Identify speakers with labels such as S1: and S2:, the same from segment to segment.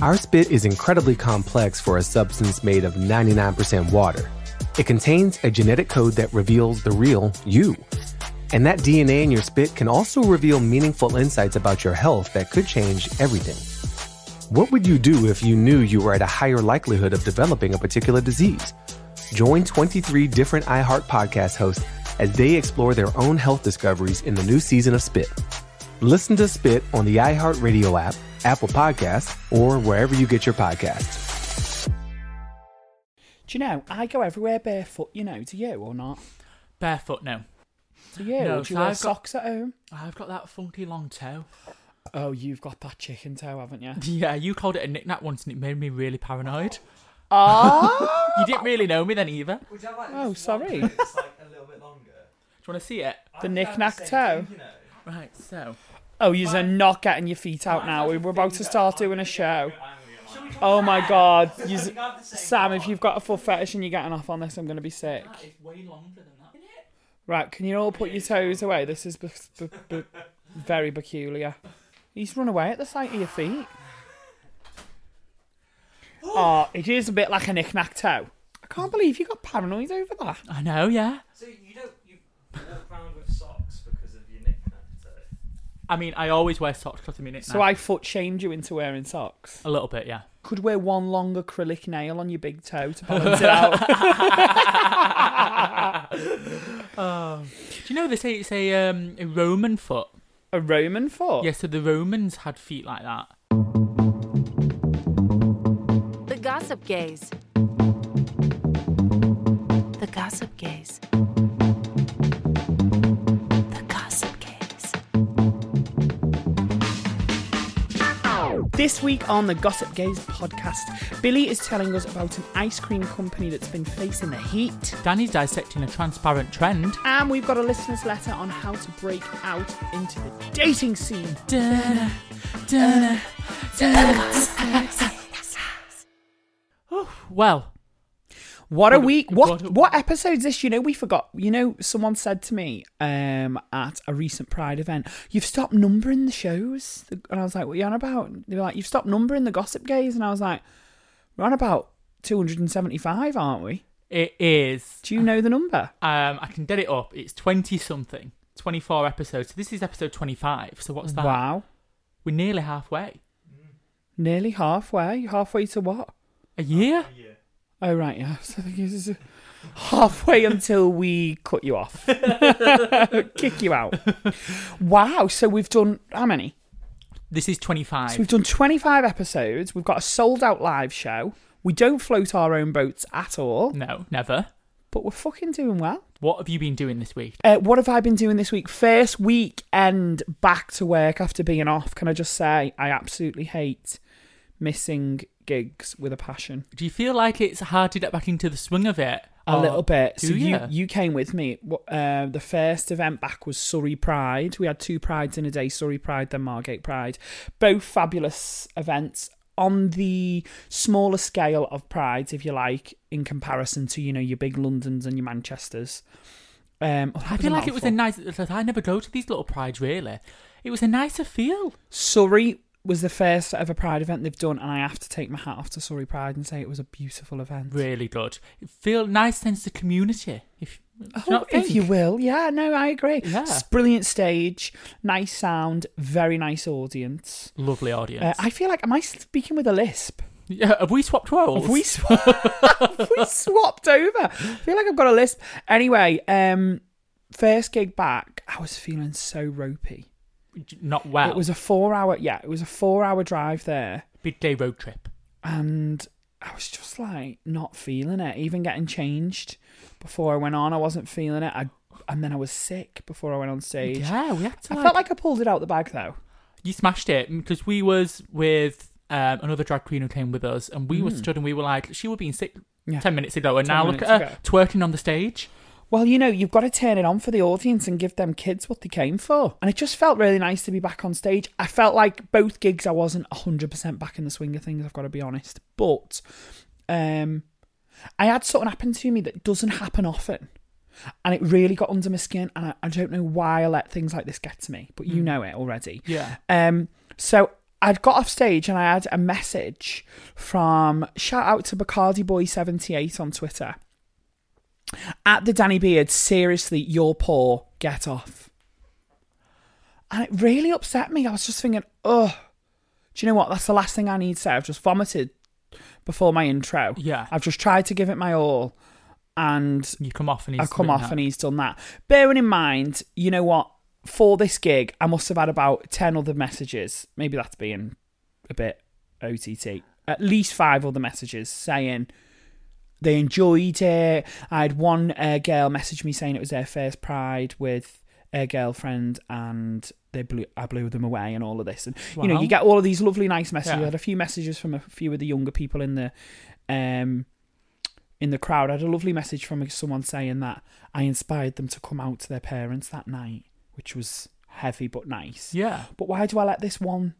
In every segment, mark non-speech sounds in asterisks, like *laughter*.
S1: Our spit is incredibly complex for a substance made of 99% water. It contains a genetic code that reveals the real you. And that DNA in your spit can also reveal meaningful insights about your health that could change everything. What would you do if you knew you were at a higher likelihood of developing a particular disease? Join 23 different iHeart podcast hosts as they explore their own health discoveries in the new season of Spit. Listen to Spit on the iHeartRadio app, Apple Podcasts, or wherever you get your podcasts.
S2: Do you know, I go everywhere barefoot, you know, do you or not?
S3: Barefoot, no.
S2: Do you?
S3: No,
S2: do you
S3: so
S2: wear
S3: I've got-
S2: socks at home?
S3: I've got that funky long *laughs* toe.
S2: Oh, you've got that chicken toe, haven't
S3: *laughs*
S2: you?
S3: Yeah, you called it a knick-knack once and it made me really paranoid.
S2: Ah!
S3: *laughs* You didn't really know me then either. Do you
S2: oh, sorry.
S3: want to see it?
S2: the knick-knack toe.
S3: Right, so.
S2: Oh, you're not getting your feet out now. We were about to start doing a show. Oh my
S3: *laughs*
S2: god. Yous- Sam, if you've got a full fetish and you're getting off on this, I'm going to be sick.
S3: It's way longer than that, isn't it?
S2: Right, can you all put your toes away? This is b- b- b- very peculiar. He's run away at the sight of your feet. Oh, it is a bit like a knick-knack toe. I can't believe you got paranoid over that.
S3: I know, yeah.
S4: So you don't you walk around with socks because of your knick-knack though?
S3: I mean, I always wear socks because I'm in it
S2: So I foot shamed you into wearing socks.
S3: A little bit, yeah.
S2: Could wear one long acrylic nail on your big toe to balance it out.
S3: Do you know they say it's a, um, a Roman foot?
S2: a Roman foot.
S3: Yeah, so the Romans had feet like that.
S5: The Gossip Gaze. The Gossip Gaze. The Gossip Gaze.
S2: This week on the Gossip Gaze podcast, Billy is telling us about an ice cream company that's been facing the heat.
S3: Danny's dissecting a transparent trend.
S2: And we've got a listener's letter on how to break out into the dating scene.
S3: Well,
S2: What a
S3: What a-
S2: week! What
S3: what a-
S2: what episode's this? You know, we forgot. You know, someone said to me um, at a recent Pride event, "You've stopped numbering the shows," and I was like, "What are you on about?" And they were like, "You've stopped numbering the Gossip Gays," and I was like, "We're on about two hundred and seventy-five, aren't we?
S3: it is.
S2: Do you know the number?"
S3: Um, I can get it up. It's 20 something, 24 episodes. So this is episode 25. So what's that?
S2: Wow,
S3: We're nearly halfway.
S2: nearly halfway. Halfway to what?
S3: A year?
S2: Oh right, yeah. *laughs* So I think this is halfway until we cut you off, *laughs* kick you out. Wow. So we've done how many?
S3: This is 25.
S2: So we've done 25 episodes. We've got a sold out live show. We don't float our own boats at all,
S3: *laughs* No, never.
S2: but we're fucking doing well.
S3: What have you been doing this week?
S2: Uh, what have I been doing this week? First week and back to work after being off. Can I just say, I absolutely hate missing gigs with a passion.
S3: Do you feel like it's hard to get back into the swing of it?
S2: A
S3: Or
S2: little bit.
S3: Oh, Do
S2: so you?
S3: you?
S2: you came with me. Wh- Uh, the first event back was Surrey Pride. We had two prides in a day: Surrey Pride, then Margate Pride. Both fabulous events on the smaller scale of prides, if you like, in comparison to you know your big Londons and your Manchesters. Um, oh, that
S3: I feel like it was a
S2: mouthful.
S3: nice. I never go to these little prides really. It was a nicer feel.
S2: Surrey was the first ever Pride event they've done, and I have to take my hat off to Surrey Pride and say it was a beautiful event.
S3: Really good. Feel nice sense of community. If do you
S2: Oh,
S3: not
S2: if
S3: think?
S2: you will, yeah, no, I agree.
S3: Yeah.
S2: S- brilliant stage, nice sound, very nice audience.
S3: Lovely
S2: Uh,
S3: audience.
S2: I feel like am I speaking with a lisp?
S3: *laughs* yeah, have we swapped roles?
S2: Have we, sw- *laughs* have we swapped over? I feel like I've got a lisp. Anyway, um, first gig back, I was feeling so ropey.
S3: not well.
S2: It was a four-hour, yeah, it was a four-hour drive there.
S3: big day road trip.
S2: and I was just like not feeling it. Even getting changed before I went on, I wasn't feeling it. I and then I was sick before I went on stage.
S3: Yeah, we had to.
S2: I felt like I pulled it out the bag though.
S3: you smashed it because we was with um, another drag queen who came with us, and we were stood and we were like, she would be in sick
S2: Mm. Yeah.
S3: ten minutes ago, and
S2: 10
S3: now look at
S2: minutes
S3: her twerking on the stage.
S2: Well, you know, you've got to turn it on for the audience and give them kids what they came for. And it just felt really nice to be back on stage. I felt like both gigs I wasn't 100% back in the swing of things, I've got to be honest. But um I had something happen to me that doesn't happen often. And it really got under my skin and I, I don't know why I let things like this get to me, but you know it already.
S3: Yeah.
S2: Um, so I'd got off stage and I had a message from shout out to Bacardi Boy seventy eight on Twitter. At the Danny Beard, seriously, you're poor. Get off. And it really upset me. I was just thinking, oh, do you know what? That's the last thing I need. Said I've just vomited before my intro.
S3: Yeah.
S2: I've just tried to give it my all, and
S3: You come off and he's
S2: I come
S3: doing
S2: off
S3: that.
S2: and he's done that. Bearing in mind, you know what? For this gig, I must have had about 10 other messages. Maybe that's being a bit OTT. At least five other messages saying they enjoyed it. I had one uh, girl message me saying it was their first Pride with a girlfriend and. They blew, I blew them away, and all of this, and you know,
S3: Wow.
S2: you get all of these lovely, nice messages.
S3: Yeah.
S2: I had a few messages from a few of the younger people in the, um, in the crowd. I had a lovely message from someone saying that I inspired them to come out to their parents that night, which was heavy but nice.
S3: Yeah.
S2: But why do I let this one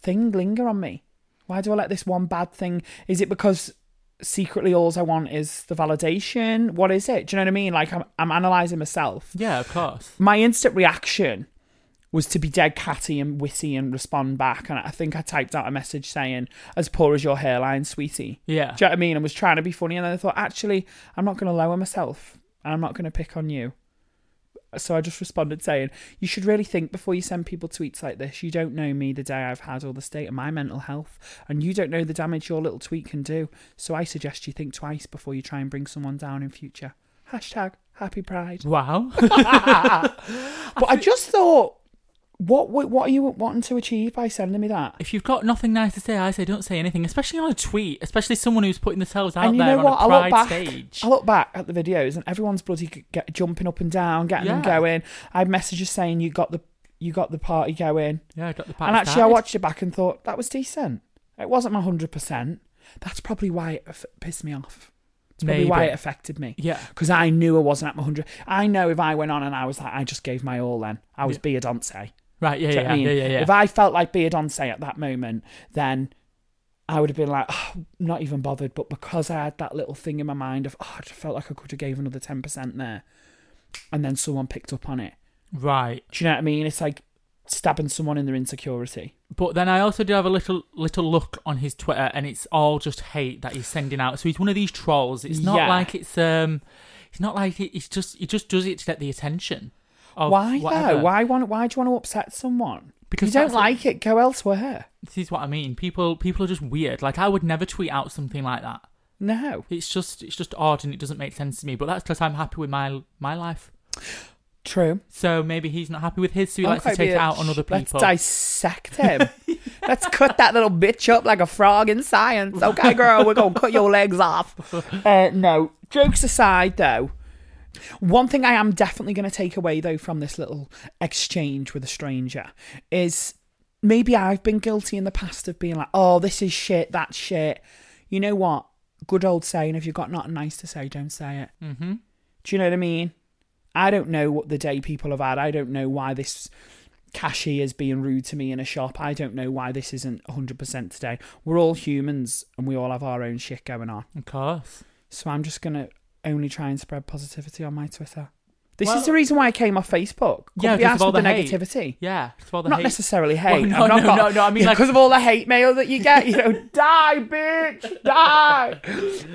S2: thing linger on me? Why do I let this one bad thing? Is it because secretly all I want is the validation? What is it? Do you know what I mean? Like I'm, I'm analysing myself.
S3: Yeah, of course.
S2: My instant reaction was to be dead catty and witty and respond back. And I think I typed out a message saying, as poor as your hairline, sweetie.
S3: Yeah.
S2: Do you know what I mean? And was trying to be funny, and then I thought, actually, I'm not going to lower myself, and I'm not going to pick on you. So I just responded saying, "You should really think before you send people tweets like this. You don't know me, the day I've had, or the state of my mental health, and you don't know the damage your little tweet can do. So I suggest you think twice before you try and bring someone down in future." Hashtag Happy Pride.
S3: Wow. *laughs*
S2: But I just thought, what what are you wanting to achieve by sending me that?
S3: if you've got nothing nice to say, I say don't say anything, especially on a tweet, especially someone who's putting themselves out
S2: and you
S3: there
S2: know
S3: on
S2: what?
S3: a
S2: I
S3: pride
S2: look back.
S3: stage.
S2: I look back at the videos, and everyone's bloody g- get, jumping up and down, getting them
S3: Yeah.
S2: going. I had messages saying you got the you got the party going,
S3: yeah, I got the part
S2: and actually I
S3: started.
S2: watched it back and thought that was decent. It wasn't my hundred percent. That's probably why it aff- pissed me off. It's probably why
S3: Maybe.
S2: it affected me.
S3: Yeah.
S2: because I knew I wasn't at my hundred. I know if I went on and I was like, I just gave my all. Then I was yeah. Beyonce.
S3: Right, yeah,
S2: Do you know
S3: yeah,
S2: what I mean?
S3: yeah, yeah, yeah.
S2: If I felt like Beyonce at that moment, then I would have been like, oh, not even bothered. But because I had that little thing in my mind of, oh, I just felt like I could have gave another ten percent there, and then someone picked up on it.
S3: right.
S2: Do you know what I mean? It's like stabbing someone in their insecurity.
S3: But then I also do have a little little look on his Twitter, and it's all just hate that he's sending out. So he's one of these trolls. It's not
S2: Yeah.
S3: like it's um, it's not like it, it's just he just does it to get the attention. Of
S2: why
S3: whatever.
S2: though? Why want? Why do you want to upset someone? Because
S3: Because
S2: you don't
S3: that's what-
S2: like it, go elsewhere.
S3: This is what I mean. People people are just weird. Like I would never tweet out something like that.
S2: No.
S3: It's just it's just odd and it doesn't make sense to me. But that's because I'm happy with my my life.
S2: True.
S3: So maybe he's not happy with his, so he likes to
S2: Okay,
S3: take it
S2: bitch.
S3: out on other people.
S2: Let's
S3: *laughs*
S2: dissect him. Let's cut that little bitch up like a frog in science. Okay, girl, we're going to cut your legs
S3: *laughs*
S2: off. Uh, no, jokes aside, though, one thing I am definitely going to take away, though, from this little exchange with a stranger is maybe I've been guilty in the past of being like, oh, this is shit, that's shit. You know what? Good old saying, if you've got nothing nice to say, don't say it. Mm-hmm. Do you know what I mean? I don't know what the day people have had. I don't know why this cashier is being rude to me in a shop. I don't know why this isn't 100% today. We're all humans and we all have our own shit going on.
S3: Of course.
S2: So I'm just going to only try and spread positivity on my Twitter. This
S3: Well-
S2: is the reason why I came off Facebook. Couldn't
S3: Yeah,
S2: be
S3: 'cause of
S2: asked
S3: all
S2: with the,
S3: the hate.
S2: negativity.
S3: Yeah, it's all the
S2: Not
S3: hate.
S2: necessarily
S3: Well,
S2: hate.
S3: no,
S2: I've not
S3: no,
S2: got-
S3: no, no. I mean,
S2: Yeah,
S3: like,
S2: because of all the hate mail that you get, you know, *laughs* die, bitch,
S3: *laughs*
S2: die.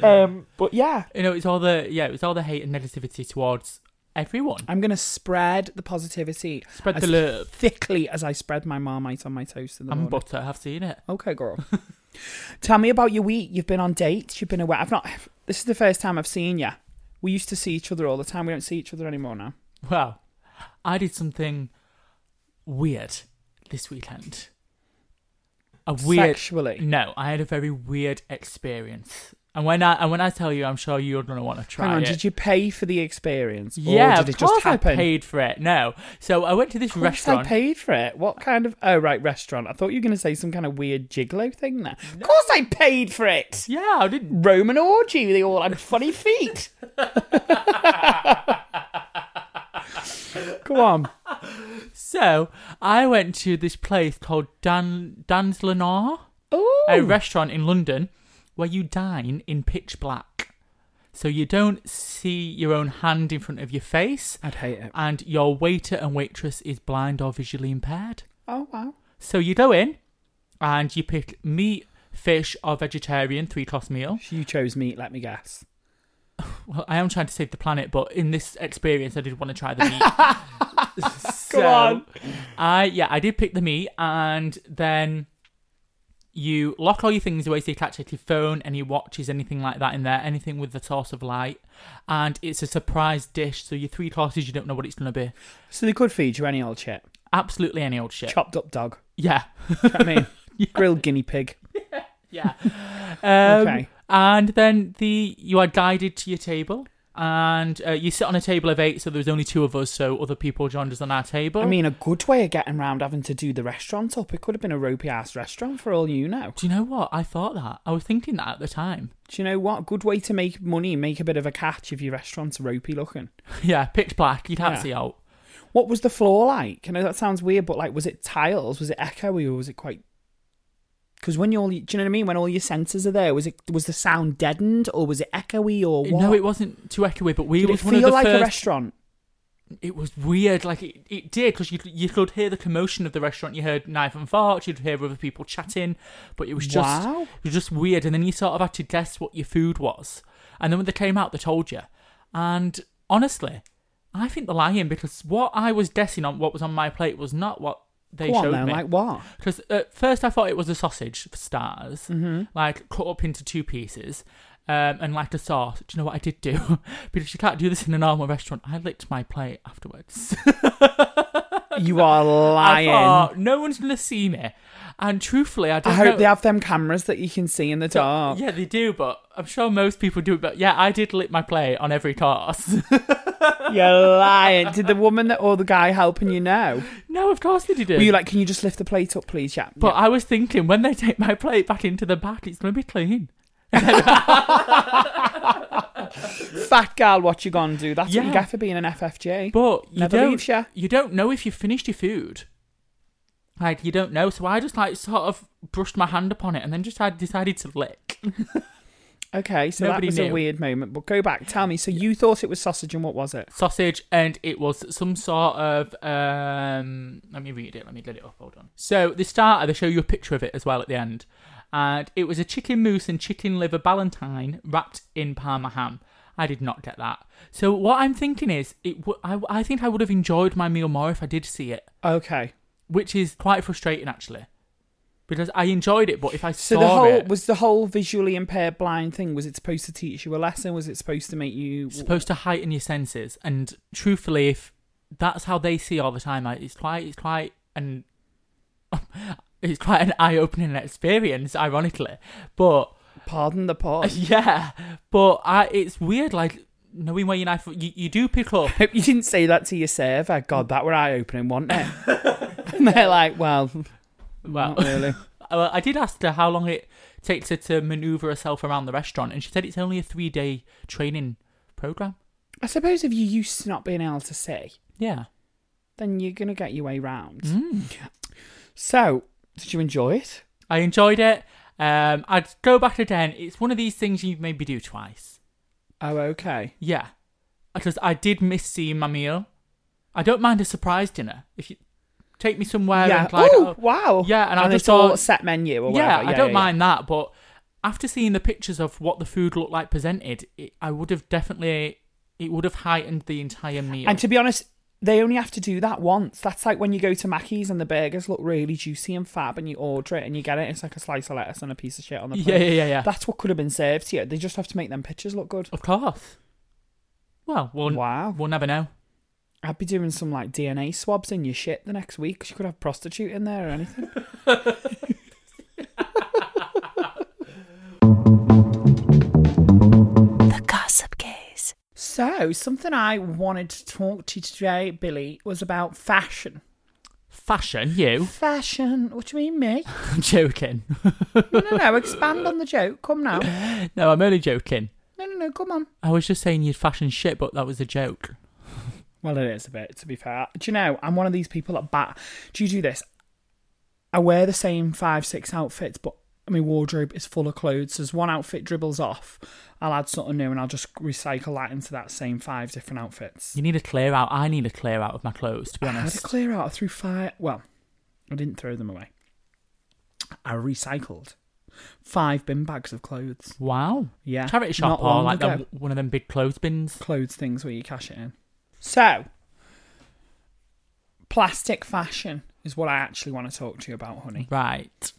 S2: Um, but yeah,
S3: you know, it's all the yeah, it's all the hate and negativity towards everyone.
S2: I'm gonna spread the positivity.
S3: Spread the
S2: as
S3: love.
S2: thickly as I spread my marmite on my toast in the
S3: And
S2: morning.
S3: butter, I've seen it.
S2: Okay, girl. Tell me about your week. You've been on dates. You've been away. I've not. This is the first time I've seen you. We used to see each other all the time. We don't see each other anymore now.
S3: Well, I did something weird this weekend. A weird
S2: Sexually?
S3: No, I had a very weird experience. And when I and when I tell you, I'm sure you're gonna want to try
S2: Hang on.
S3: it.
S2: Did you pay for the experience?
S3: Yeah,
S2: Or did
S3: of
S2: it just
S3: course
S2: happen?
S3: I paid for it. No, so I went to this
S2: Of course
S3: restaurant.
S2: I paid for it. What kind of? Oh right, restaurant. I thought you were going to say some kind of weird gigolo thing. There. Of course, I paid for it.
S3: Yeah, I didn't.
S2: Roman orgy. They all had funny feet. Go on.
S3: So I went to this place called Dan Dan's Lenar,
S2: Oh,
S3: a restaurant in London, where you dine in pitch black, so you don't see your own hand in front of your face,
S2: I'd hate it.
S3: and your waiter and waitress is blind or visually impaired.
S2: Oh wow.
S3: So you go in, and you pick meat, fish, or vegetarian three course meal.
S2: You chose meat. Let me guess.
S3: Well, I am trying to save the planet, but in this experience, I did want to try the meat. so,
S2: on.
S3: I yeah, I did pick the meat, and then you lock all your things away, so you can't check your phone, any watches, anything like that in there, anything with the source of light, and it's a surprise dish. So your three courses, you don't know what it's gonna be.
S2: So they could feed you any old shit.
S3: Absolutely any old shit.
S2: Chopped up dog.
S3: Yeah,
S2: I *laughs* mean, grilled guinea pig. *laughs*
S3: yeah. Um,
S2: Okay.
S3: And then the you are guided to your table. And uh, you sit on a table of eight, so there was only two of us, so other people joined us on our table.
S2: I mean, a good way of getting round having to do the restaurant up. It could have been a ropey ass restaurant for all you know.
S3: Do you know what? I thought that. I was thinking that at the time. *laughs*
S2: Do you know what? Good way to make money, make a bit of a catch if your restaurant's ropey looking.
S3: yeah, pitch black. You can't
S2: Yeah.
S3: see out.
S2: What was the floor like? I know that sounds weird, but like, was it tiles? Was it echoey, or was it quite? Because when you all, do you know what I mean? When all your senses are there, was it was the sound deadened, or was it echoey, or what?
S3: No, it wasn't too echoey, but we
S2: Did
S3: it
S2: it
S3: was one of
S2: feel
S3: the
S2: like
S3: first.
S2: a restaurant?
S3: It was weird. Like it, it did because you you could hear the commotion of the restaurant. You heard knife and forks. You'd hear other people chatting, but it was just
S2: Wow.
S3: it was just weird. And then you sort of had to guess what your food was. And then when they came out, they told you. And honestly, I think they're lying because what I was guessing on what was on my plate was not what they
S2: Go on,
S3: showed
S2: then,
S3: me.
S2: like
S3: *laughs*
S2: what?
S3: Because at first I thought it was a sausage for stars,
S2: Mm-hmm.
S3: like cut up into two pieces, um, and like a sauce. Do you know what I did do? *laughs* because you can't do this in a normal restaurant. I licked my plate afterwards. *laughs*
S2: You are
S3: I
S2: lying. I,
S3: thought no one's gonna see me, and truthfully, I don't
S2: hope
S3: know-
S2: they have them cameras that you can see in the dark.
S3: Yeah, they do, but I'm sure most people do. But yeah, I did lick my plate on every course. *laughs*
S2: You're lying. Did the woman that or the guy helping you know?
S3: no, of course they did.
S2: Were you like, can you just lift the plate up, please? Yeah.
S3: But I was thinking when they take my plate back into the back, it's gonna be clean.
S2: fat gal, what you gonna do? That's what you
S3: Yeah.
S2: get for being an FFJ.
S3: But you
S2: Never
S3: don't,
S2: leaves ya.
S3: you don't know if you finished your food. Like you don't know, so I just like sort of brushed my hand upon it and then just I decided to lick.
S2: okay, so that
S3: nobody
S2: was a
S3: knew.
S2: weird moment. But go back, tell me. So you thought it was sausage, and what was it?
S3: Sausage, and it was some sort of. um Let me read it. Let me get it up. Hold on. So the starter, they show you a picture of it as well at the end, and it was a chicken mousse and chicken liver Ballantine wrapped in Parma ham. I did not get that. So what I'm thinking is, it. W- I, I think I would have enjoyed my meal more if I did see it.
S2: Okay,
S3: which is quite frustrating actually, because I enjoyed it. But if I
S2: so
S3: saw
S2: the whole
S3: it,
S2: was the whole visually impaired blind thing. Was it supposed to teach you a lesson? Was it supposed to make you?
S3: it's supposed to heighten your senses, and truthfully, if that's how they see all the time, I- it's quite, it's quite an, *laughs* it's quite an eye-opening experience, ironically. But *laughs*
S2: Pardon the pause.
S3: yeah, but I, it's weird, like knowing where your knife, you, you do
S2: *laughs*
S3: pick up.
S2: *laughs* Hope you didn't say that to your server. God, that were eye opening, wasn't it?
S3: *laughs*
S2: and they're like, well,
S3: Well,
S2: not really.
S3: *laughs* Well, I did ask her how long it takes her to maneuver herself around the restaurant, and she said it's only a three-day training program.
S2: I suppose if you're used to not being able to see,
S3: Yeah.
S2: then you're gonna get your way round.
S3: Mm.
S2: So, did you enjoy it?
S3: I enjoyed it. Um, I'd go back again. It's one of these things you maybe do twice.
S2: Oh, okay.
S3: Yeah. I just I did miss seeing my meal. I don't mind a surprise dinner if you take me somewhere
S2: yeah.
S3: and Clyde.
S2: Ooh,
S3: oh,
S2: wow.
S3: Yeah, and, I
S2: it's
S3: just thought
S2: all set menu or
S3: yeah,
S2: whatever.
S3: I don't mind that, but after seeing the pictures of what the food looked like presented, it, I would have definitely it would have heightened the entire meal.
S2: And to be honest, they only have to do that once. That's like when you go to Mackey's and the burgers look really juicy and fab, and you order it and you get it. It's like a slice of lettuce and a piece of shit on the plate.
S3: yeah, yeah, yeah, yeah.
S2: That's what could have been served to you. They just have to make them pictures look good.
S3: of course. Well, we'll
S2: Wow.
S3: we'll never know.
S2: I'd be doing some like DNA swabs in your shit the next week. 'cause you could have prostitute in there or
S3: *laughs*
S2: anything.
S5: The Gossip Gaze.
S2: so something I wanted to talk to you today, Billy, was about fashion.
S3: Fashion, you? *laughs*
S2: Fashion? What do you mean, me?
S3: I'm joking.
S2: No, no, no. Expand on the joke. Come now.
S3: no, I'm only joking.
S2: No, no, no. Come on.
S3: I was just saying you'd fashion shit, but that was a joke.
S2: Well, it is a bit, to be fair. Do you know, I'm one of these people that bat. Do you do this? I wear the same five, six outfits, but my wardrobe is full of clothes. So as one outfit dribbles off, I'll add something new and I'll just recycle that into that same five different outfits.
S3: You need a clear out. I need a clear out of my clothes, to be
S2: I had
S3: honest.
S2: a clear out through five. Well, I didn't throw them away. I recycled five bin bags of clothes.
S3: wow.
S2: Yeah,
S3: Charity
S2: not
S3: shop or
S2: long
S3: like
S2: ago.
S3: them, one of them big clothes bins.
S2: clothes things where you cash it in. So, plastic fashion is what I actually want to talk to you about,
S3: Mm.
S2: honey.
S3: Right.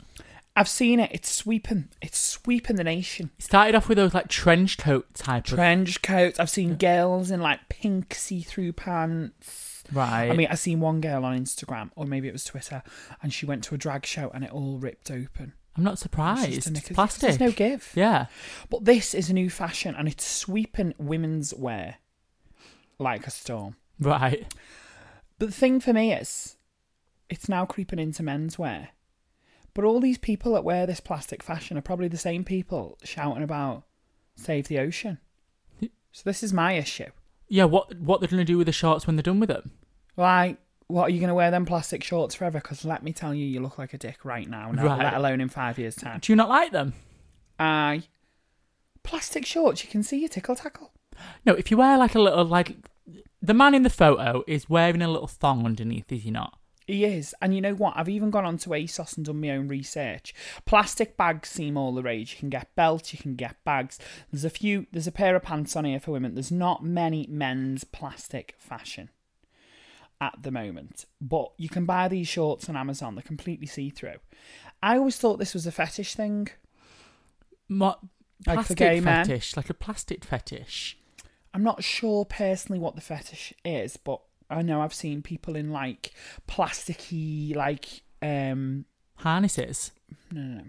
S2: I've seen it. It's sweeping. It's sweeping the nation.
S3: It started off with those like trench coat type
S2: Trench coats. I've seen girls in like pink see-through pants.
S3: of. Right.
S2: I mean, I seen one girl on Instagram, or maybe it was Twitter, and she went to a drag show and it all ripped open.
S3: I'm not
S2: It's
S3: surprised.
S2: just a knickers-
S3: It's plastic.
S2: There's no give.
S3: Yeah.
S2: But this is a new fashion, and it's sweeping women's wear like a storm.
S3: Right.
S2: But the thing for me is, it's now creeping into menswear. But all these people that wear this plastic fashion are probably the same people shouting about save the ocean. So this is my issue.
S3: Yeah. What what they're gonna do with the shorts when they're done with them?
S2: Like, what are you going to wear them plastic shorts forever? Because let me tell you, you look like a dick right now, now
S3: Right.
S2: let alone in five years' time.
S3: Do you not like them?
S2: Aye. Plastic shorts, you can see your tickle tackle.
S3: No. If you wear like a little like the man in the photo is wearing a little thong underneath, is he not?
S2: He is. And you know what? I've even gone onto ASOS and done my own research. Plastic bags seem all the rage. You can get belts, you can get bags. There's a few, there's a pair of pants on here for women. There's not many men's plastic fashion at the moment. But you can buy these shorts on Amazon. They're completely see through. I always thought this was a fetish thing.
S3: What
S2: Like for
S3: plastic
S2: gay men?
S3: fetish? Like a plastic fetish.
S2: I'm not sure personally what the fetish is, but I know I've seen people in like plasticky, like, um,
S3: Harnesses.
S2: no, no, no.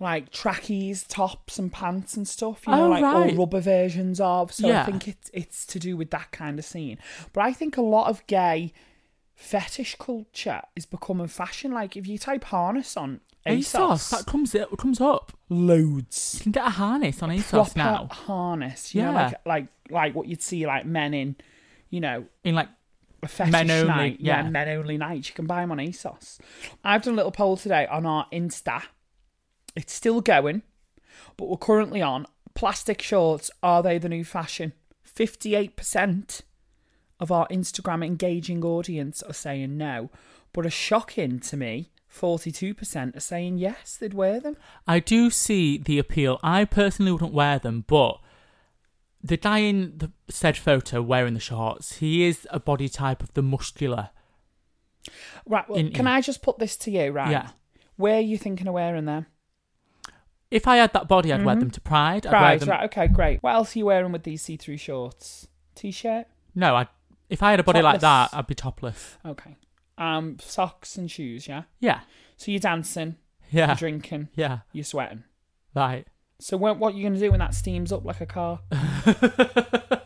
S2: Like trackies, tops, and pants and stuff. You know,
S3: Oh,
S2: like
S3: right.
S2: all rubber versions of. So I
S3: Yeah.
S2: think it's it's to do with that kind of scene. But I think a lot of gay fetish culture is becoming fashion. Like if you type harness on
S3: ASOS.
S2: ASOS,
S3: That comes it comes up. You
S2: loads
S3: can get a harness on ASOS
S2: proper
S3: now.
S2: harness. You know,
S3: Yeah.
S2: like like like what you'd see like men in, you know,
S3: In like
S2: a fetish
S3: Men only,
S2: night, yeah.
S3: yeah.
S2: men only nights. You can buy them on ASOS. I've done a little poll today on our Insta. It's still going, but we're currently on plastic shorts. Are they the new fashion? Fifty-eight percent of our Instagram engaging audience are saying no, but a shocking to me. 42% are saying yes, they'd wear them.
S3: I do see the appeal. I personally wouldn't wear them, but the guy in the said photo wearing the shorts, he is a body type of the muscular.
S2: Right, well,
S3: In-
S2: can I just put this to you, right?
S3: Yeah.
S2: Where are you thinking of wearing them?
S3: If I had that body, I'd wear them to Pride. I'd wear
S2: Right,
S3: them.
S2: Mm-hmm. right, okay, great. What else are you wearing with these see through shorts? T shirt?
S3: No, I. If I had a body like that,
S2: Topless.
S3: I'd be topless.
S2: Okay. Um, socks and shoes, yeah?
S3: Yeah,
S2: So you're dancing,
S3: yeah,
S2: you're drinking,
S3: yeah.
S2: you're sweating.
S3: Right.
S2: So when, what are you going to do when that steams up like a car?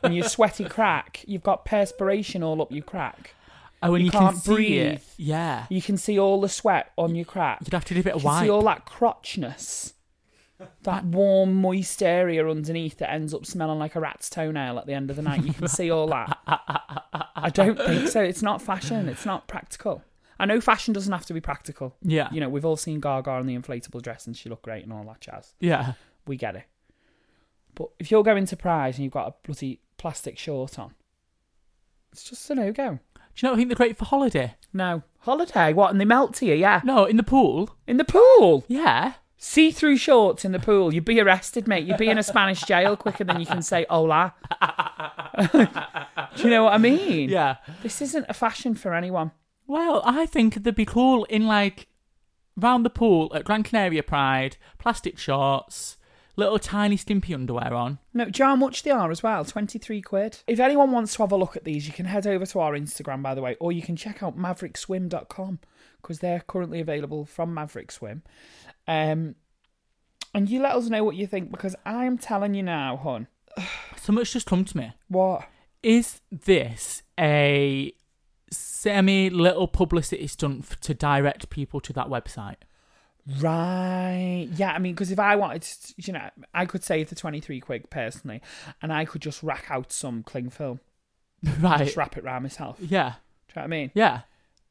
S2: and you're sweaty crack, you've got perspiration all up your crack.
S3: Oh, and
S2: You
S3: you,
S2: can't
S3: can see it.
S2: breathe.
S3: Yeah.
S2: You can see all the sweat on your crack.
S3: You'd have to do a bit
S2: You
S3: of
S2: can see
S3: wipe.
S2: all that crotchness. That warm, moist area underneath that ends up smelling like a rat's toenail at the end of the night. You can see all that. I don't think so. It's not fashion. It's not practical. I know fashion doesn't have to be practical.
S3: Yeah.
S2: You know, we've all seen Gaga on the inflatable dress and she looked great and all that jazz.
S3: Yeah.
S2: We get it. But if you're going to Pride and you've got a bloody plastic short on. It's just a no go.
S3: Do you not think they're great for holiday?
S2: No. Holiday, what? And they melt to you, yeah.
S3: No, in the pool.
S2: In the pool.
S3: Yeah.
S2: See through shorts in the pool. You'd be arrested, mate. You'd be in a Spanish jail quicker than you can say hola. *laughs* Do you know what I mean?
S3: Yeah.
S2: This isn't a fashion for anyone.
S3: Well, I think they'd be cool in like round the pool at Gran Canaria Pride, plastic shorts, little tiny stimpy underwear on.
S2: No, do you know how much they are as well? 23 quid. If anyone wants to have a look at these, you can head over to our Instagram, by the way, or you can check out maverickswim.com because they're currently available from Maverick Swim. Um, and you let us know what you think because I'm telling you now, hon.
S3: So much just come to me.
S2: What?
S3: Is this a semi little publicity stunt f- to direct people to that website? *laughs*
S2: Right. Yeah, I mean, because if I wanted to, you know, I could save the 23 quid personally and I could just rack out some cling film,
S3: Right.
S2: just wrap it round myself. Do you
S3: Yeah.
S2: know what I mean?
S3: Yeah.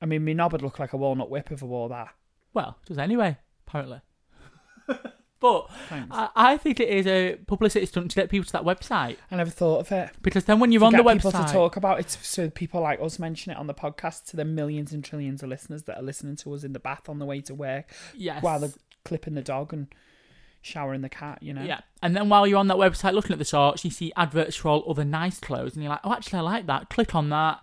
S2: I mean, my knob would look like a walnut whip if I wore that.
S3: Well, it does anyway, apparently.
S2: *laughs*
S3: but I, I think it is a publicity stunt to get people to that website
S2: I never thought of it.
S3: because then when you're on
S2: to
S3: the
S2: get people
S3: website,
S2: to talk about it, so people like us mention it on the podcast to the millions and trillions of listeners that are listening to us in the bath on the way to work
S3: yes,
S2: while they're clipping the dog and showering the cat. You know,
S3: yeah, and then while you're on that website looking at the shorts, you see adverts for all other nice clothes, and you're like, oh, actually, I like that. Click on that.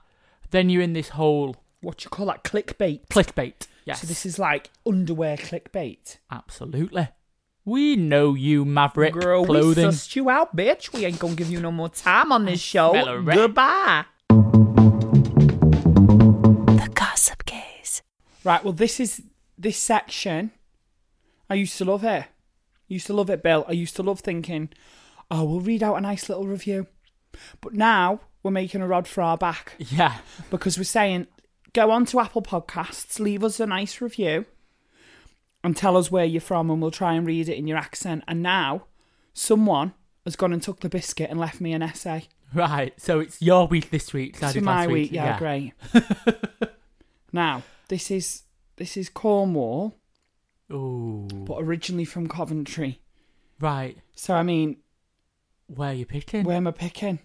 S3: Then you're in this whole
S2: what you call that clickbait.
S3: clickbait. Yes,
S2: So this is like underwear clickbait.
S3: absolutely. We know you, Maverick
S2: Girl,
S3: clothing.
S2: we sussed you out, bitch. We ain't gonna give you no more time on this show.
S3: smell a rat.
S2: Goodbye.
S5: The Gossip Gaze.
S2: Right, well, this is this section. I used to love it. Used to love it, Bill. I used to love thinking, oh, we'll read out a nice little review. But now we're making a rod for our back
S3: *laughs* Yeah,
S2: because we're saying, go on to Apple Podcasts, leave us a nice review, and tell us where you're from, and we'll try and read it in your accent. And now someone has gone and took the biscuit and left me an essay.
S3: right. So it's your week this week. so I
S2: It's
S3: did
S2: my
S3: last
S2: week, yeah, great. now, this is this is Cornwall.
S3: Ooh,
S2: but originally from Coventry.
S3: right.
S2: So I mean,
S3: Where are you picking?
S2: where am I picking?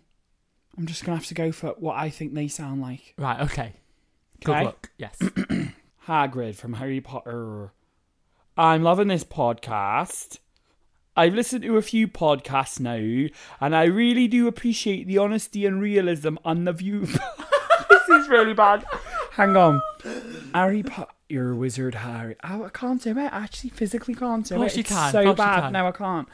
S2: I'm just gonna have to go for what I think they sound like.
S3: Right, okay. Good
S2: Okay.
S3: luck. Yes. *clears throat*
S2: Hagrid from Harry Potter. I'm loving this podcast. I've listened to a few podcasts now, and I really do appreciate the honesty and realism and the view. *laughs*
S3: *laughs*
S2: this is really bad. Hang on. Harry Potter, you're a wizard, Harry. Oh, I can't do it. I actually physically can't do
S3: Of
S2: it.
S3: course you
S2: it's
S3: can. Of
S2: so
S3: course you
S2: bad.
S3: can.
S2: No, I can't.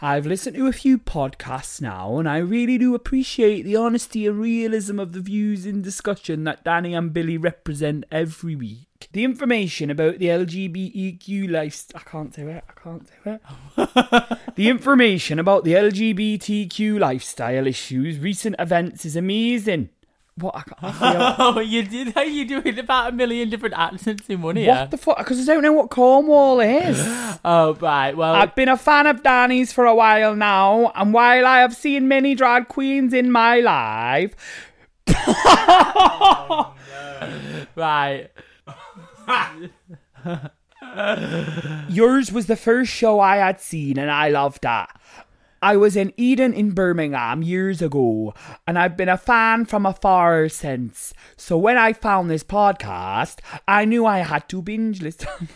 S2: I've listened to a few podcasts now, and I really do appreciate the honesty and realism of the views in discussion that Danny and Billy represent every week. The information about the LGBTQ lifestyle. I can't do it. I can't do it.
S3: *laughs*
S2: The information about the LGBTQ lifestyle issues, recent events is amazing. What I, can't- I feel.
S3: oh, you did. *laughs* You're doing about a million different accents in one ear.
S2: What the fuck? Because I don't know what Cornwall is.
S3: oh, right. Well,
S2: I've been a fan of Danny's for a while now, and while I have seen many drag queens in my life,
S3: right.
S2: yours was the first show I had seen, and I loved that. I was in Eden in Birmingham years ago, and I've been a fan from afar since. So when I found this podcast, I knew I had to binge listen.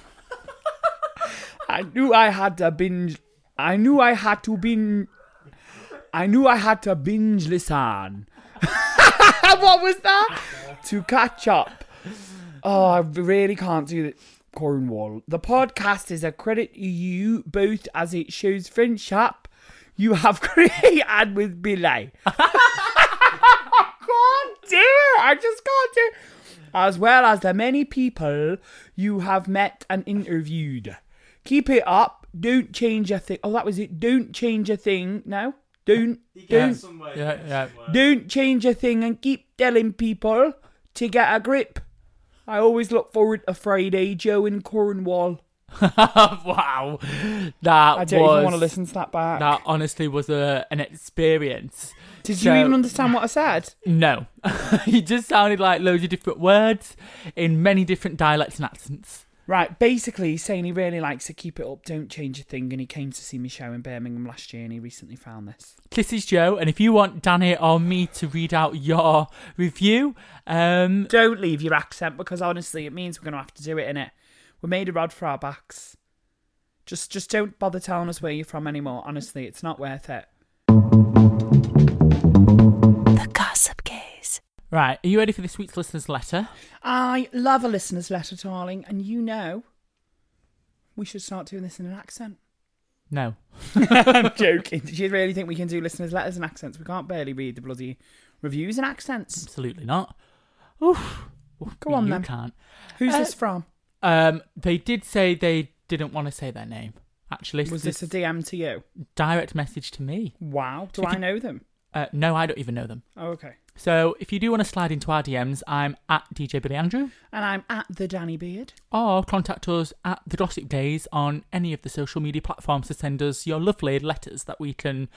S2: *laughs* I knew I had to binge. I knew I had to binge. I knew I had to binge listen. *laughs* what was that? to catch up. Oh, I really can't do that. Cornwall. The podcast is a credit to you both as it shows friendship you have *laughs* created with *laughs* Billy. I can't do it. I just can't do it. As well as the many people you have met and interviewed. Keep it up. Don't change a thing. Oh, that was it. Don't change a thing. No? Don't. Don't.
S4: Somewhere
S3: Yeah, yeah.
S2: Don't change a thing and keep telling people to get a grip. I always look forward to Friday, Joe in Cornwall.
S3: *laughs* wow. That
S2: I don't
S3: was.
S2: even want to listen to that back.
S3: That honestly was a, an experience.
S2: Did
S3: So-
S2: you even understand what I said?
S3: No. *laughs* it just sounded like loads of different words in many different dialects and accents.
S2: Right, basically, he's saying he really likes it. Keep it up. Don't change a thing. And he came to see me show in Birmingham last year, and he recently found this.
S3: This is Joe, and if you want Danny or me to read out your review, um,
S2: Don't leave your accent because honestly, it means we're going to have to do it, innit? We're made a rod for our backs. Just, just don't bother telling us where you're from anymore. Honestly, it's not worth it.
S5: The Gossip Gaze.
S3: right, are you ready for this week's listener's letter?
S2: I love a listener's letter, darling, and you know we should start doing this in an accent. *laughs*
S3: No.
S2: I'm joking. Did you really think we can do listeners' letters and accents? We can't barely read the bloody reviews and accents.
S3: Absolutely not. Oof. Oof,
S2: Go on
S3: you
S2: then.
S3: can't.
S2: Who's
S3: Uh,
S2: this from?
S3: Um, they did say they didn't want to say their name. Actually,
S2: Was this a DM to you?
S3: direct message to me?
S2: Wow. Do
S3: If
S2: I
S3: you-
S2: know them?
S3: Uh, no, I don't even know them.
S2: Oh, okay.
S3: So if you do want to slide into our DMs, I'm at DJ Billy Andrew,
S2: And I'm at the Danny Beard.
S3: or contact us at the Gossip Days on any of the social media platforms to send us your lovely letters that we can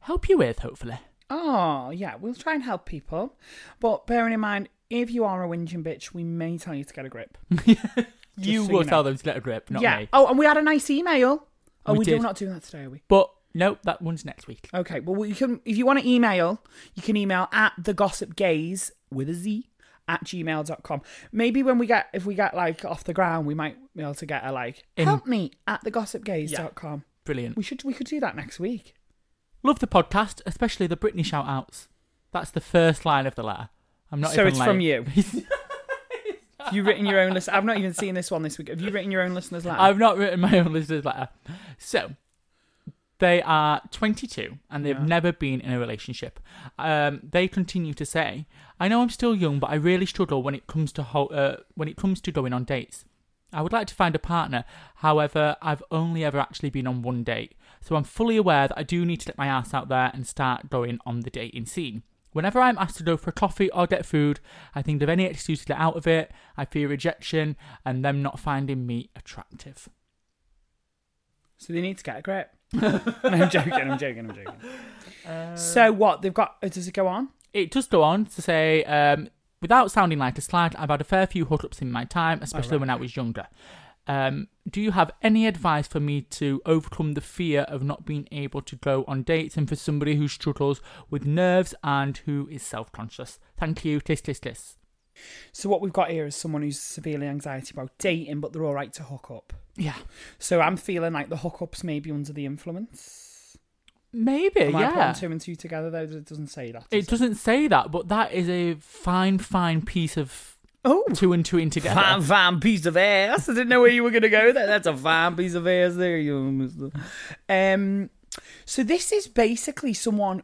S3: help you
S2: *laughs*
S3: with, hopefully.
S2: Oh, yeah, we'll try and help people. But bearing in mind, if you are a whinging bitch, we may tell you to get a grip.
S3: you
S2: so you
S3: will
S2: know.
S3: tell them to get a grip, not
S2: yeah.
S3: me.
S2: Oh, and we had a nice email. Oh,
S3: We
S2: we,
S3: did.
S2: do not do that today, are we?
S3: But no, that one's next week.
S2: Okay. Well, you can if you want to email, you can email at the gossip gaze with a z at gmail.com. Maybe when we get if we get like off the ground, we might be able to get a like
S3: In-
S2: help me at the gossipgaze.com.
S3: Brilliant.
S2: We should we could do that next week.
S3: Love the podcast, especially the Britney shout outs. That's the first line of the letter. I'm not
S2: So
S3: even
S2: it's from
S3: late.
S2: you?
S3: *laughs*
S2: Have you written your own list? I've not even seen this one this week. Have you written your own listeners letter?
S3: I've not written my own listener's letter. So, they are 22 and they've
S2: Yeah.
S3: never been in a relationship. Um, they continue to say, "I know I'm still young, but I really struggle when it comes to ho- uh, when it comes to going on dates. I would like to find a partner. However, I've only ever actually been on one date, so I'm fully aware that I do need to get my ass out there and start going on the dating scene." Whenever I'm asked to go for a coffee or get food, I think of any excuse to get out of it. I fear rejection and them not finding me attractive.
S2: So they need to get a grip. *laughs* No, I'm joking, I'm joking, I'm joking.
S3: Um,
S2: so what? They've got uh, does it go on?
S3: It does go on to say, um, without sounding like a slag, I've had a fair few hookups in my time, especially when I was younger. Um, do you have any advice for me to overcome the fear of not being able to go on dates and for somebody who struggles with nerves and who is self conscious? Thank you. Kiss, kiss, kiss.
S2: So what we've got here is someone who's severely anxiety about dating, but they're all right to hook up.
S3: Yeah.
S2: So I'm feeling like the hookups may be under the influence.
S3: Maybe,
S2: Am I
S3: yeah.
S2: putting two and two together though? It doesn't say that. does
S3: It doesn't say that, but that is a fine, fine piece of
S2: Oh,
S3: two and two in together.
S2: fine, fine piece of ass. I didn't know where you were going to go. There, that's a fine piece of ass. There you are, Mister. Um, so this is basically someone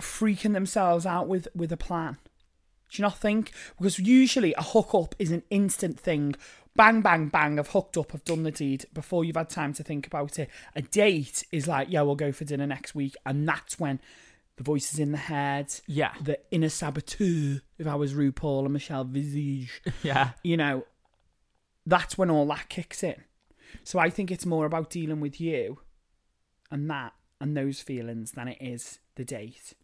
S2: freaking themselves out with with a plan. Do you not think? Because usually a hookup is an instant thing. Bang, bang, bang, I've hooked up, I've done the deed before you've had time to think about it. A date is like, yeah, we'll go for dinner next week. And that's when the voice is in the head.
S3: Yeah.
S2: The inner saboteur, if I was RuPaul and Michelle Visage,
S3: Yeah.
S2: you know, that's when all that kicks in. So I think it's more about dealing with you and that and those feelings than it is the date.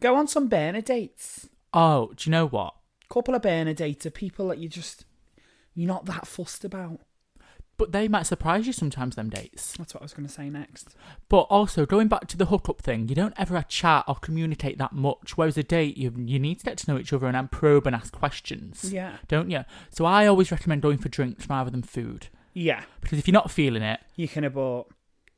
S2: Go on some burner dates.
S3: Oh, do you know what?
S2: Couple of burner dates of people that you just you're not that fussed about.
S3: But they might surprise you sometimes, them dates.
S2: That's what I was gonna say next.
S3: But also, going back to the hookup thing, you don't ever chat or communicate that much. Whereas a date, you, you need to get to know each other and then probe and ask questions.
S2: Yeah.
S3: Don't you? So I always recommend going for drinks rather than food.
S2: Yeah.
S3: Because if you're not feeling it,
S2: You can abort.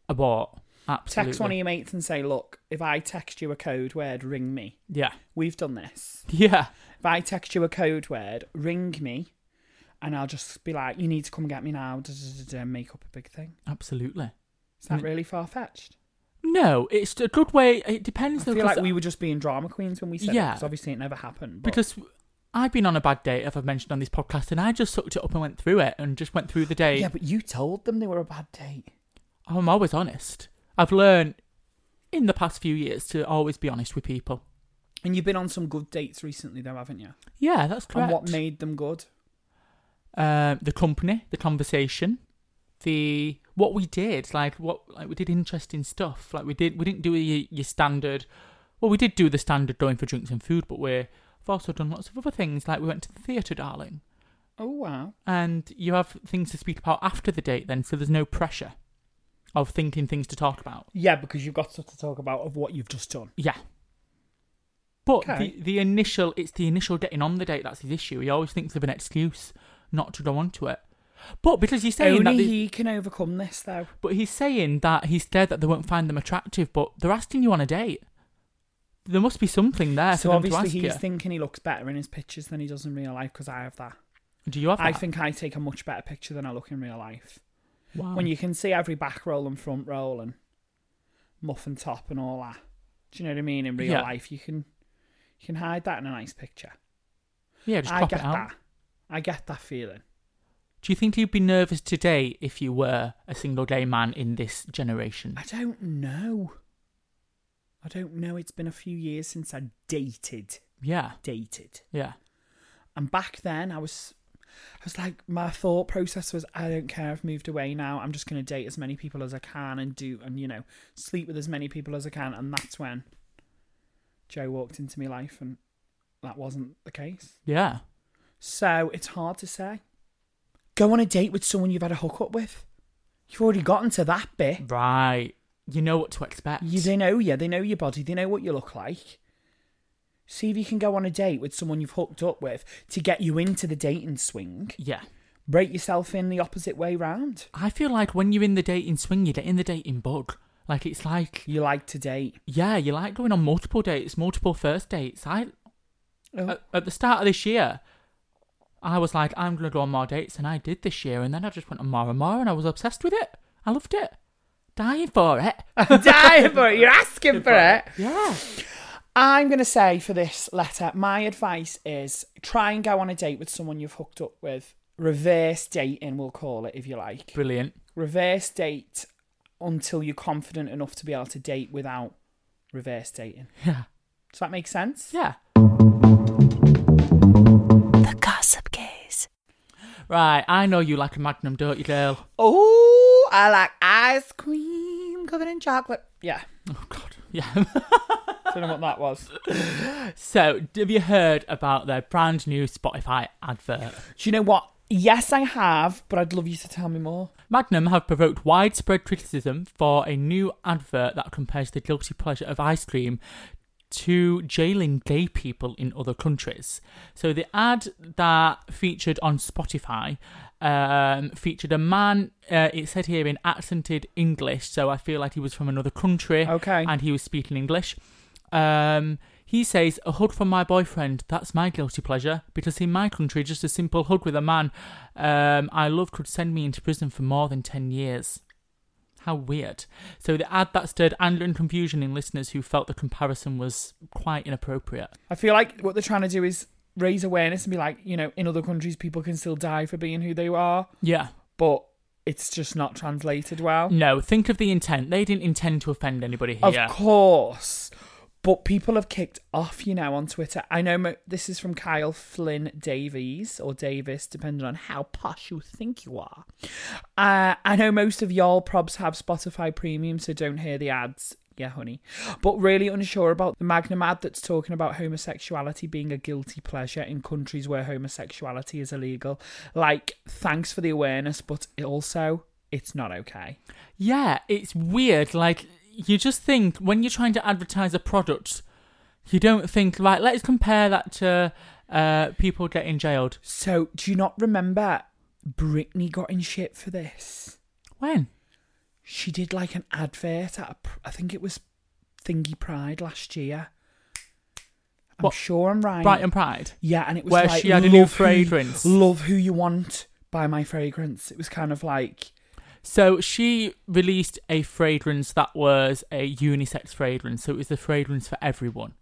S3: abort. Absolutely.
S2: Text one of your mates and say, Look, if I text you a code word, ring me.
S3: Yeah. *laughs*
S2: We've done this.
S3: Yeah.
S2: If I text you a code word, ring me, and I'll just be like, "You need to come get me now." da, da, da, da, and make up a big thing.
S3: Absolutely.
S2: Is that
S3: Mm.
S2: really far fetched?
S3: No, it's a good way. It
S2: I
S3: depends. though,
S2: feel like
S3: 'cause-
S2: we were just being drama queens when we said
S3: Yeah.
S2: yeah. because obviously it never happened. But
S3: Because I've been on a bad date, as I've mentioned on this podcast, and I just sucked it up and went through it and just went through the day.
S2: yeah, but you told them they were a bad date.
S3: I'm always honest. I've learned in the past few years to always be honest with people.
S2: And you've been on some good dates recently, though, haven't you?
S3: Yeah, that's correct.
S2: And what made them good?
S3: Um, the company, the conversation, the what we did, like what like we did interesting stuff. Like we did, we didn't do your, your standard. Well, we did do the standard going for drinks and food, but we're, we've also done lots of other things. Like we went to the theatre, darling.
S2: Oh wow.
S3: and you have things to speak about after the date then so there's no pressure of thinking things to talk about
S2: Yeah, because you've got stuff to talk about of what you've just done.
S3: yeah but
S2: Okay.
S3: the, the initial it's the initial getting on the date that's his issue he always thinks of an excuse not to go on to it but because he's saying that
S2: Only
S3: the-
S2: he can overcome this, though.
S3: but he's saying that he's scared that they won't find them attractive but they're asking you on a date there must be something there
S2: so
S3: for them
S2: obviously
S3: to ask
S2: he's
S3: you.
S2: thinking he looks better in his pictures than he does in real life because I have that.
S3: Do you have that?
S2: I think I take a much better picture than I look in real life.
S3: wow.
S2: When you can see every back roll and front roll and muff and top and all that. Do you know what I mean? In real
S3: Yeah.
S2: life, you can you can hide that in a nice picture.
S3: yeah, just
S2: I
S3: crop
S2: get
S3: it out.
S2: that. I get that feeling.
S3: Do you think you'd be nervous today if you were a single gay man in this generation?
S2: I don't know. I don't know. It's been a few years since I dated.
S3: Yeah,
S2: Dated.
S3: yeah,
S2: And back then, I was, I was like, my thought process was, I don't care. I've moved away now. I'm just going to date as many people as I can and do, and you know, sleep with as many people as I can. And that's when Joe walked into my life, and that wasn't the case.
S3: yeah.
S2: So it's hard to say. Go on a date with someone you've had a hookup with. You've already gotten to that bit.
S3: Right. You know what to expect.
S2: You, they know you. They know your body. They know what you look like. See if you can go on a date with someone you've hooked up with to get you into the dating swing.
S3: Yeah.
S2: Break yourself in the opposite way round.
S3: I feel like when you're in the dating swing, you get in the dating bug. Like it's like,
S2: You like to date.
S3: yeah, you like going on multiple dates, multiple first dates. I
S2: Oh, *laughs*
S3: at, at the start of this year, I was like, I'm gonna go on more dates, and I did this year, and then I just went on more and more, and I was obsessed with it. I loved it, dying for it. *laughs*
S2: I'm dying for it. You're asking for it.
S3: Yeah.
S2: I'm going to say for this letter, my advice is try and go on a date with someone you've hooked up with. Reverse dating, we'll call it, if you like.
S3: Brilliant.
S2: Reverse date until you're confident enough to be able to date without reverse dating.
S3: Yeah.
S2: Does that make sense?
S3: Yeah.
S5: The Gossip Gaze.
S3: Right, I know you like a magnum, don't you, girl?
S2: Oh, I like ice cream covered in chocolate. Yeah,
S3: Oh God, yeah. *laughs*
S2: don't know what that was.
S3: so, have you heard about their brand new Spotify advert?
S2: Do you know what? Yes, I have, but I'd love you to tell me more.
S3: Magnum have provoked widespread criticism for a new advert that compares the guilty pleasure of ice cream to jailing gay people in other countries. So the ad that featured on Spotify um, featured a man. Uh, it said here in accented English, so I feel like he was from another country.
S2: Okay.
S3: and he was speaking English. Um, he says, "A hug from my boyfriend. That's my guilty pleasure because in my country, just a simple hug with a man um, I love could send me into prison for more than ten years." How weird. So the ad that stirred anger and confusion in listeners who felt the comparison was quite inappropriate.
S2: I feel like what they're trying to do is raise awareness and be like, you know, in other countries, people can still die for being who they are,
S3: Yeah.
S2: but it's just not translated well.
S3: No, think of the intent. They didn't intend to offend anybody
S2: Oh. Of
S3: here.
S2: course. But people have kicked off, you know, on Twitter. I know mo- this is from Kyle Flynn Davies or Davis, depending on how posh you think you are. Uh, I know most of y'all probs have Spotify Premium, so don't hear the ads. Yeah, honey. But really unsure about the Magnum ad that's talking about homosexuality being a guilty pleasure in countries where homosexuality is illegal. Like, thanks for the awareness, but it also, it's not okay.
S3: Yeah, it's weird. Like, you just think when you're trying to advertise a product, you don't think, right, let's compare that to uh, people getting jailed.
S2: So, do you not remember Britney got in shit for this?
S3: When?
S2: She did like an advert at, a pr- I think it was Thingy Pride last year. I'm
S3: What?
S2: sure I'm right.
S3: Brighton Pride.
S2: Yeah, and it was
S3: Where
S2: like,
S3: she had a new
S2: "Love who-
S3: fragrance."
S2: love who you want by my fragrance. It was kind of like,
S3: So she released a fragrance that was a unisex fragrance. So it was the fragrance for everyone.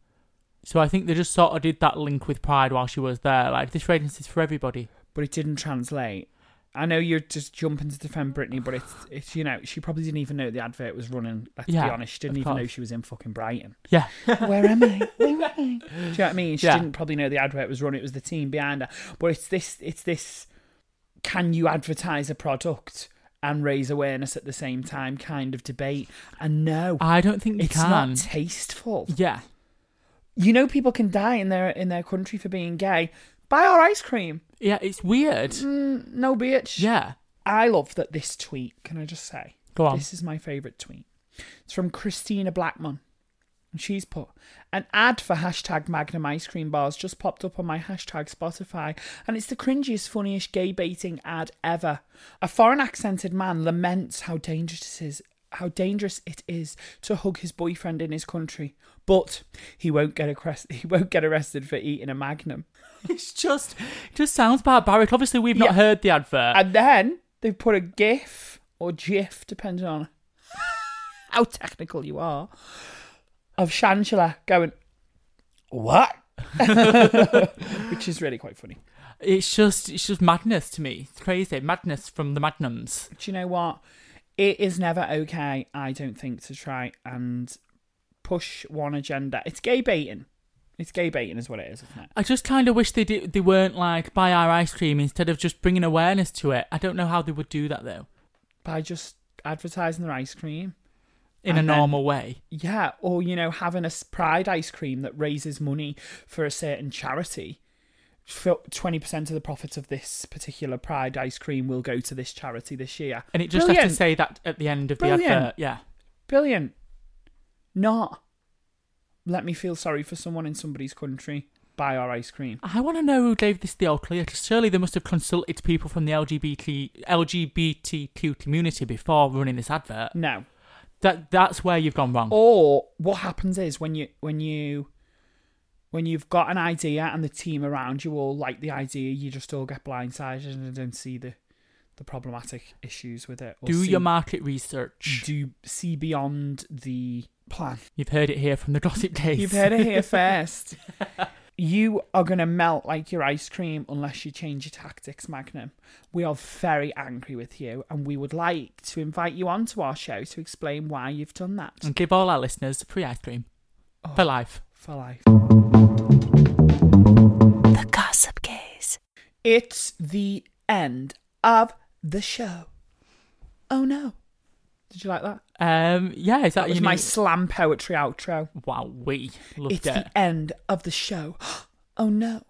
S3: So I think they just sort of did that link with Pride while she was there. Like, this fragrance is for everybody.
S2: but it didn't translate. I know you're just jumping to defend Britney, but it's it's you know she probably didn't even know the advert was running. Let's
S3: Yeah,
S2: be honest, she didn't
S3: of
S2: even know
S3: course.
S2: she was in fucking Brighton.
S3: Yeah.
S2: Where am I? Where
S3: *laughs*
S2: am I? Do you know what I mean? She
S3: Yeah.
S2: didn't probably know the advert was run. It was the team behind her. But it's this. It's this. Can you advertise a product and raise awareness at the same time? Kind of debate. And no,
S3: *laughs* I don't think you
S2: it's
S3: can.
S2: not tasteful.
S3: yeah.
S2: You know, people can die in their in their country for being gay. Buy our ice cream.
S3: Yeah, it's weird.
S2: Mm. No bitch.
S3: Yeah.
S2: I love that this tweet, can I just say?
S3: Go on.
S2: This is my favourite tweet. It's from Christina Blackmon. And she's put an ad for hashtag Magnum ice cream bars just popped up on my hashtag Spotify, and it's the cringiest, funniest gay baiting ad ever. A foreign accented man laments how dangerous it is how dangerous it is to hug his boyfriend in his country, but he won't get arrested. *laughs* He won't get arrested for eating a Magnum.
S3: It's just just sounds barbaric. Obviously, we've not
S2: Yeah.
S3: heard the advert.
S2: And then they put a GIF or GIF, depending on *laughs* how technical you are, of Shangela going, What? *laughs* Which is really quite funny.
S3: it's just it's just madness to me. It's crazy madness from the Magnums.
S2: Do you know what? It is never okay, I don't think, to try and push one agenda. It's gay baiting. It's gay baiting, is what it is, isn't it?
S3: I just kind of wish they did, they weren't like buy our ice cream instead of just bringing awareness to it. I don't know how they would do that though
S2: By just advertising their ice cream.
S3: in
S2: And
S3: a
S2: then-
S3: normal way.
S2: Yeah, or you know, having a s- pride ice cream that raises money for a certain charity. Twenty percent of the profits of this particular pride ice cream will go to this charity this year,
S3: And it just
S2: brilliant,
S3: has to say that at the end of the
S2: Brilliant.
S3: advert. Yeah.
S2: brilliant. Not let me feel sorry for someone in somebody's country. Buy our ice cream.
S3: I want to know who gave this the all clear. 'cause Surely they must have consulted people from the LGBT LGBTQ community before running this advert.
S2: No,
S3: That that's where you've gone wrong.
S2: or what happens is when you when you when you've got an idea and the team around you all like the idea, you just all get blindsided and don't see the the problematic issues with it. or
S3: Do
S2: see-
S3: your market research.
S2: do see beyond the plan.
S3: You've heard it here from the *laughs* Gossip Days.
S2: You've heard it
S3: *laughs*
S2: here first. You are going to melt like your ice cream unless you change your tactics, Magnum. We are very angry with you, and we would like to invite you onto our show to explain why you've done that Oh,
S3: and give all our listeners free ice cream for life.
S2: for life.
S5: The Gossip Gaze.
S2: It's the end of the show. Oh no. Did you like that?
S3: Um, yeah, is that,
S2: That was
S3: you
S2: my
S3: mean-
S2: slam poetry outro.
S3: Wow, we loved
S2: it's
S3: it.
S2: the end of the show. *gasps* Oh no.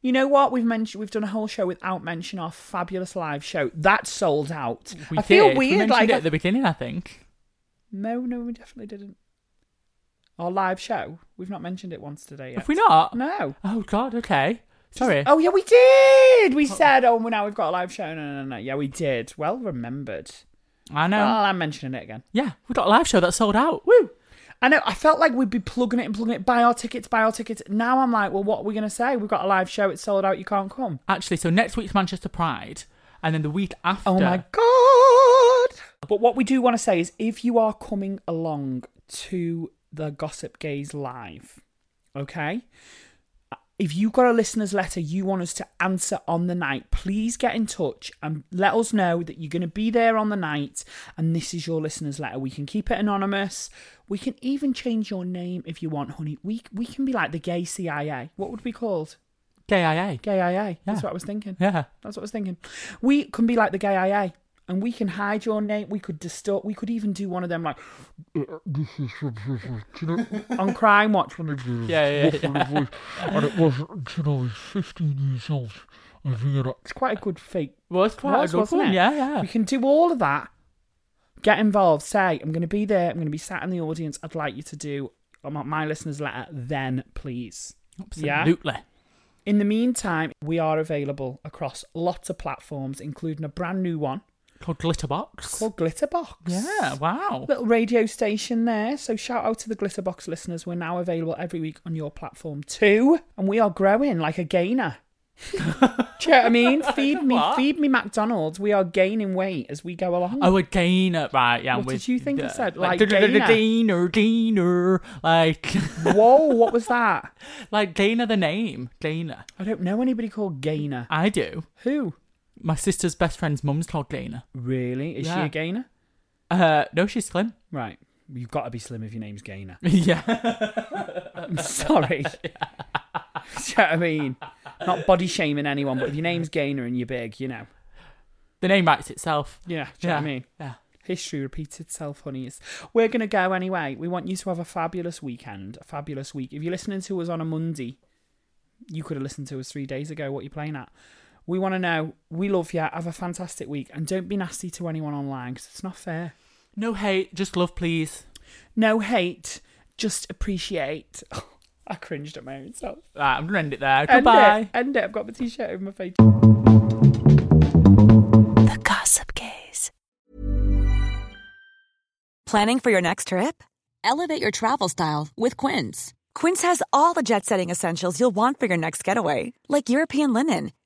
S2: You know what? We've mentioned we've done a whole show without mention our fabulous live show. That's sold out.
S3: We
S2: I feel
S3: did. We
S2: weird
S3: mentioned
S2: like
S3: it at the beginning, I think.
S2: No, no, we definitely didn't. Our live show. We've not mentioned it once today yet.
S3: Have we not?
S2: No.
S3: Oh God. Okay. Sorry.
S2: Oh yeah, we did. We said, oh, well, now we've got a live show. No, no, no. Yeah, we did. Well remembered.
S3: I know.
S2: Well, I'm mentioning it again.
S3: yeah, we got a live show that sold out. Um, Woo.
S2: I know. I felt like we'd be plugging it and plugging it. Buy our tickets. Buy our tickets. Now I'm like, well, what are we gonna say? We've got a live show. It's sold out. You can't come.
S3: Actually, so next week's Manchester Pride, and then the week after.
S2: Oh my god! But what we do want to say is if you are coming along to the Gossip Gaze live, okay? If you've got a listener's letter you want us to answer on the night, please get in touch and let us know that you're going to be there on the night and this is your listener's letter. We can keep it anonymous. We can even change your name if you want, honey. We, we can be like the gay CIA. What would we be called?
S3: Gay IA.
S2: Gay IA.
S3: Yeah.
S2: That's what I was thinking.
S3: Yeah.
S2: That's what I was thinking. We can be like the gay IA, and we can hide your name. We could distort. We could even do one of them like on Crime Watch. When they do
S3: Yeah, yeah, yeah.
S6: and it was until I was 15 years old I realised
S2: It's quite a good fake.
S3: Was quite
S2: was,
S3: a good
S2: wasn't
S3: one.
S2: it?
S3: Yeah, yeah.
S2: We can do all of that. Get involved. Say I'm going to be there. I'm going to be sat in the audience. I'd like you to do uh, my my listeners' letter. Then please.
S3: Absolutely.
S2: In the meantime, we are available across lots of platforms, including a brand new one
S3: Called Glitterbox.
S2: called Glitterbox.
S3: yeah. Wow.
S2: little radio station there. So shout out to the Glitterbox listeners. We're now available every week on your platform too, and we are growing like a
S3: *laughs*
S2: gainer. Do you know what I mean? Feed me,
S3: What?
S2: feed me McDonald's. We are gaining weight as we go along.
S3: Oh, a gainer, right? Yeah. I'm
S2: What did
S3: with-
S2: you think I said? Like
S3: gainer,
S2: gainer?
S3: gainer, gainer, like, *laughs*
S2: Whoa, what was that?
S3: like gainer the name, gainer.
S2: I don't know anybody called Gainer.
S3: I do.
S2: Who?
S3: My sister's best friend's mum's called gainer.
S2: Really? Is she
S3: Yeah.
S2: a gainer?
S3: Uh, no, she's slim.
S2: Right. You've got to be slim if your name's Gainer.
S3: *laughs* yeah.
S2: I'm *laughs* sorry. Do you know what I mean? Not body shaming anyone, but if your name's Gainer and you're big, you know.
S3: The name writes itself.
S2: Yeah, do you know what I mean?
S3: Yeah.
S2: History repeats itself, honeys. We're going to go anyway. We want you to have a fabulous weekend, a fabulous week. If you're listening to us on a Monday, you could have listened to us three days ago. What you're playing at. We want to know. We love you. Have a fantastic week, and don't be nasty to anyone online because it's not fair.
S3: No hate, just love, please.
S2: No hate, just appreciate. *laughs* I cringed at my own self.
S3: Right, I'm gonna end it there.
S2: End
S3: Uh, Goodbye.
S2: it. End it. I've got my t-shirt over my face.
S5: The Gossip Gaze.
S7: Planning for your next trip? Elevate your travel style with Quince. Quince has all the jet setting essentials you'll want for your next getaway, like European linen,